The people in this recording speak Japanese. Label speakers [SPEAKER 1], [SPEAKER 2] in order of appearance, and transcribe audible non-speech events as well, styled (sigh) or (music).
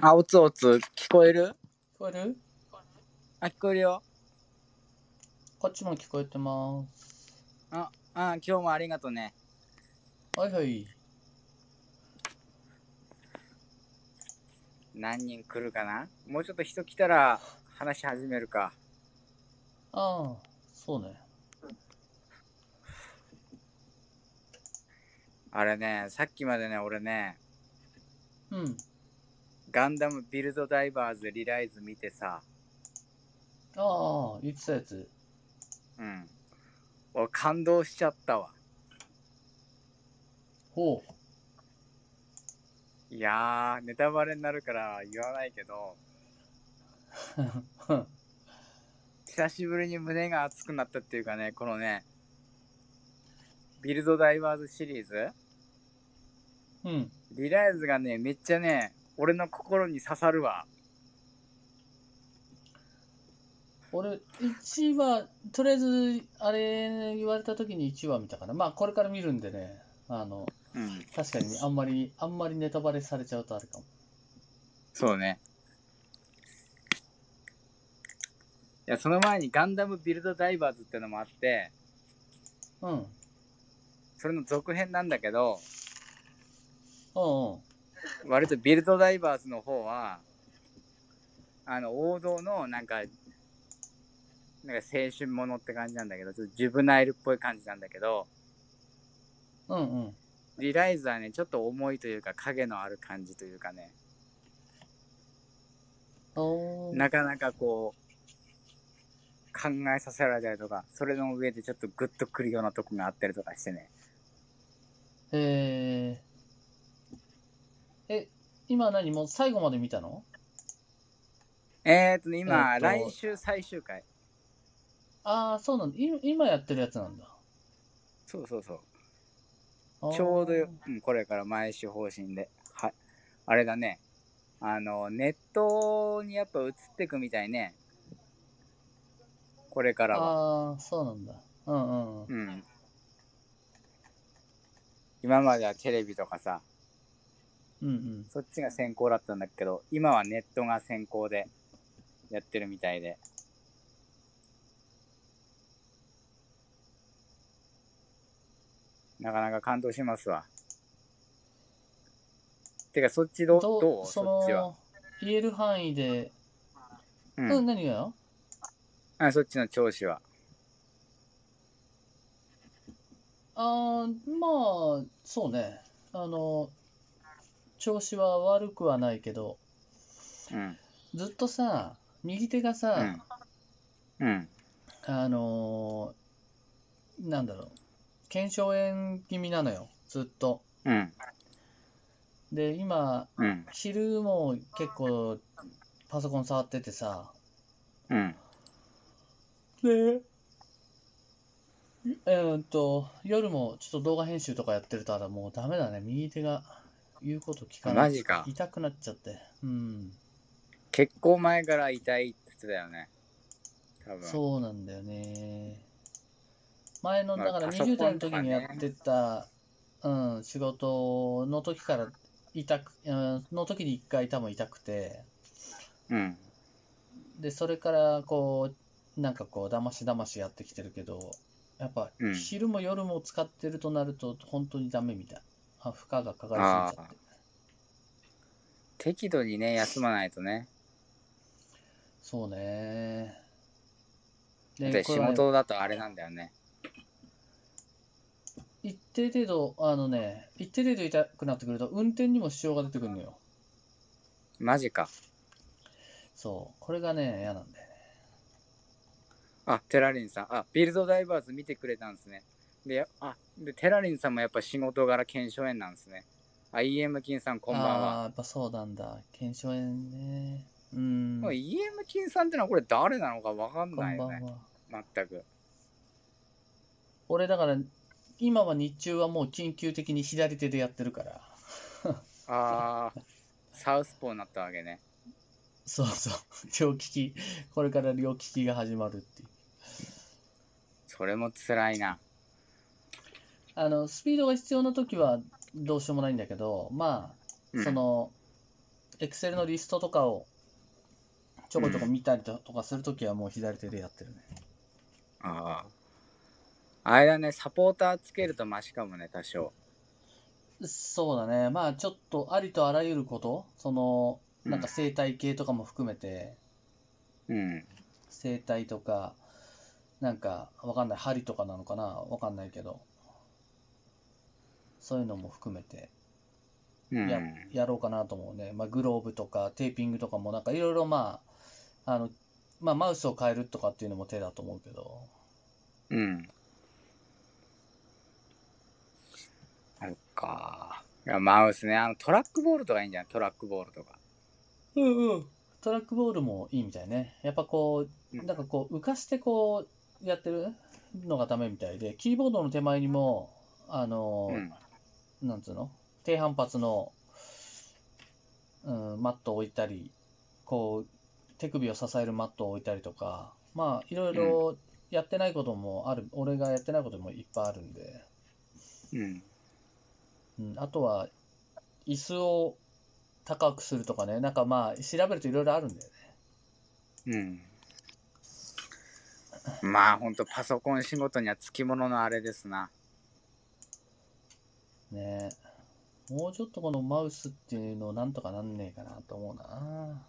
[SPEAKER 1] あ、おつおつ、聞こえる
[SPEAKER 2] 聞こえる
[SPEAKER 1] あ、聞こえるよ。
[SPEAKER 2] こっちも聞こえてます。
[SPEAKER 1] あ、今日もありがとね。
[SPEAKER 2] はいはい。
[SPEAKER 1] 何人来るかなもうちょっと人来たら話し始めるか。
[SPEAKER 2] ああ、そうね。
[SPEAKER 1] あれね、さっきまでね、俺ね、
[SPEAKER 2] うん。
[SPEAKER 1] ガンダムビルドダイバーズリライズ見てさ、
[SPEAKER 2] ああ、言ってたやつ。
[SPEAKER 1] うん。俺感動しちゃったわ。
[SPEAKER 2] ほう。
[SPEAKER 1] いやー、ネタバレになるから言わないけど、久しぶりに胸が熱くなったっていうかね、このね、ビルドダイバーズシリーズ
[SPEAKER 2] (laughs) うん。
[SPEAKER 1] リライズがね、めっちゃね、俺の心に刺さるわ。
[SPEAKER 2] 俺、1話、とりあえず、あれ言われた時に1話見たから、まあ、これから見るんでね、あの、
[SPEAKER 1] うん、
[SPEAKER 2] 確かにあんまり、あんまりネタバレされちゃうとあれかも。
[SPEAKER 1] そうね。いや、その前にガンダムビルドダイバーズってのもあって、
[SPEAKER 2] うん。うん
[SPEAKER 1] それの続編なんだけど、
[SPEAKER 2] うん。
[SPEAKER 1] 割とビルドダイバーズの方は、あの、王道のなんか、なんか青春ものって感じなんだけど、ちょっとジュブナイルっぽい感じなんだけど、
[SPEAKER 2] うんうん。
[SPEAKER 1] リライズはね、ちょっと重いというか、影のある感じというかね、
[SPEAKER 2] おー。
[SPEAKER 1] なかなかこう、考えさせられたりとか、それの上でちょっとグッとくるようなとこがあったりとかしてね。
[SPEAKER 2] えー。え、今何もう最後まで見たの
[SPEAKER 1] えー、っとね、今、
[SPEAKER 2] えーっと
[SPEAKER 1] 来週最終回。
[SPEAKER 2] ああ、そうなんだ。い今やってるやつなんだ。
[SPEAKER 1] そうそうそう。
[SPEAKER 2] あー
[SPEAKER 1] ちょうどよ、うん、これから毎週方針で。はい。あれだね。あの、ネットにやっぱ移ってくみたいね。これからは。
[SPEAKER 2] ああ、そうなんだ。うんうんうん。
[SPEAKER 1] うん。今まではテレビとかさ、
[SPEAKER 2] うんうん。
[SPEAKER 1] そっちが先行だったんだけど、今はネットが先行でやってるみたいで。なかなか感動しますわ。てか、そっちどどう
[SPEAKER 2] そ
[SPEAKER 1] そっちは。
[SPEAKER 2] の、言える範囲で、
[SPEAKER 1] う
[SPEAKER 2] うんん、。何がよ
[SPEAKER 1] あそっちの調子は。
[SPEAKER 2] ああ、まあ、そうね。あの、調子は悪くはないけど、
[SPEAKER 1] うん。
[SPEAKER 2] ずっとさ、右手がさ、
[SPEAKER 1] うん。うん。
[SPEAKER 2] あのーなんだろう、腱鞘炎気味なのよ、ずっと。
[SPEAKER 1] うん。
[SPEAKER 2] で、今、
[SPEAKER 1] うん。
[SPEAKER 2] 昼も結構、パソコン触っててさ、
[SPEAKER 1] うん。
[SPEAKER 2] で、えーっと、夜もちょっと動画編集とかやってると、あらもうダメだね。右手が言うこと聞かな
[SPEAKER 1] マ
[SPEAKER 2] い。
[SPEAKER 1] ジか。
[SPEAKER 2] 痛くなっちゃって。うん。
[SPEAKER 1] 結構前から痛いって言ってたよね。多分。
[SPEAKER 2] そうなんだよね。前の、
[SPEAKER 1] まあ
[SPEAKER 2] だから
[SPEAKER 1] パソコン
[SPEAKER 2] 20代の時にや
[SPEAKER 1] とか
[SPEAKER 2] っ
[SPEAKER 1] ね
[SPEAKER 2] てた、うん、仕事の時から痛く、うん、の時に一回多分痛くて、
[SPEAKER 1] うん。
[SPEAKER 2] で、それからこう、なんかこう、だましだましやってきてるけど、やっぱ
[SPEAKER 1] うん
[SPEAKER 2] 昼も夜も使ってるとなると、本当にダメみたい。あ、負荷がかかりすぎちゃって。
[SPEAKER 1] 適度にね、休まないとね。
[SPEAKER 2] そうね。で、
[SPEAKER 1] で
[SPEAKER 2] こ
[SPEAKER 1] 仕
[SPEAKER 2] れはね
[SPEAKER 1] 事だとあれなんだよね。
[SPEAKER 2] 一定程度、あのね、一定程度痛くなってくると、運転にも支障が出てくるのよ。
[SPEAKER 1] マジか。
[SPEAKER 2] そう。これがね、嫌なんだよね。
[SPEAKER 1] あ、テラリンさん。あ、ビルドダイバーズ見てくれたんですね。で、やあ、で、テラリンさんもやっぱ仕事柄検証炎なんですね。あ、EM 金さんこんばん
[SPEAKER 2] あー
[SPEAKER 1] は。
[SPEAKER 2] やっぱそうなんだ。検証炎ね。うん。
[SPEAKER 1] もう EM 金さんってのはこれ誰なのかわかん
[SPEAKER 2] こ
[SPEAKER 1] ない
[SPEAKER 2] んば
[SPEAKER 1] よ
[SPEAKER 2] ん
[SPEAKER 1] ね。
[SPEAKER 2] は。
[SPEAKER 1] 全く。
[SPEAKER 2] 俺、だから、今は日中はもう緊急的に左手でやってるから。
[SPEAKER 1] あ
[SPEAKER 2] (laughs)
[SPEAKER 1] ー、サウスポーになったわけね。
[SPEAKER 2] そうそう。両利き。これから両利きが始まるっていう。
[SPEAKER 1] それも辛いな。
[SPEAKER 2] あの、スピードが必要な時はどうしようもないんだけど、まあ、
[SPEAKER 1] うん
[SPEAKER 2] その、エクセルのリストとかをちょこちょこ見たりととかするときはもう左手でやってるね。
[SPEAKER 1] ああ。あれだね、サポーターつけるとマシかもね、多少。
[SPEAKER 2] そうだね。まあちょっとありとあらゆること、そ
[SPEAKER 1] う
[SPEAKER 2] の、
[SPEAKER 1] ん
[SPEAKER 2] なんか生態系とかも含めて、
[SPEAKER 1] うん。
[SPEAKER 2] 生態とか、なんかわかんない、針とかなのかなわかんないけど、そういうのも含めて
[SPEAKER 1] うん。
[SPEAKER 2] や、やろうかなと思うね。まあグローブとかテーピングとかもなんかいろいろまあ、あの、まあマウスを変えるとかっていうのも手だと思うけど、
[SPEAKER 1] うん。そっか。いやマウスね、あのトラックボールとかいいんじゃないトラックボールとか。
[SPEAKER 2] うんうん。トラックボールもいいみたいね。やっぱこう、
[SPEAKER 1] うん
[SPEAKER 2] なんかこう、浮かしてこう、やってるのがダメみたいで、キーボードの手前にも、あの
[SPEAKER 1] う
[SPEAKER 2] ー、
[SPEAKER 1] ん。
[SPEAKER 2] なんつうの低反発の、うん、マットを置いたり、こう、手首を支えるマットを置いたりとか、まあ、いろいろやってないこともある、俺がやってないこともいっぱいあるんで、
[SPEAKER 1] うん。
[SPEAKER 2] うん、あとは、椅子を高くするとかね、なんかまあ、調べるといろいろあるんだよね。
[SPEAKER 1] うん。まあ、ほんとパソコン仕事にはつきもののあれですな。
[SPEAKER 2] ねえもうちょっとこのマウスっていうのをなんとかなんねえかなと思うな。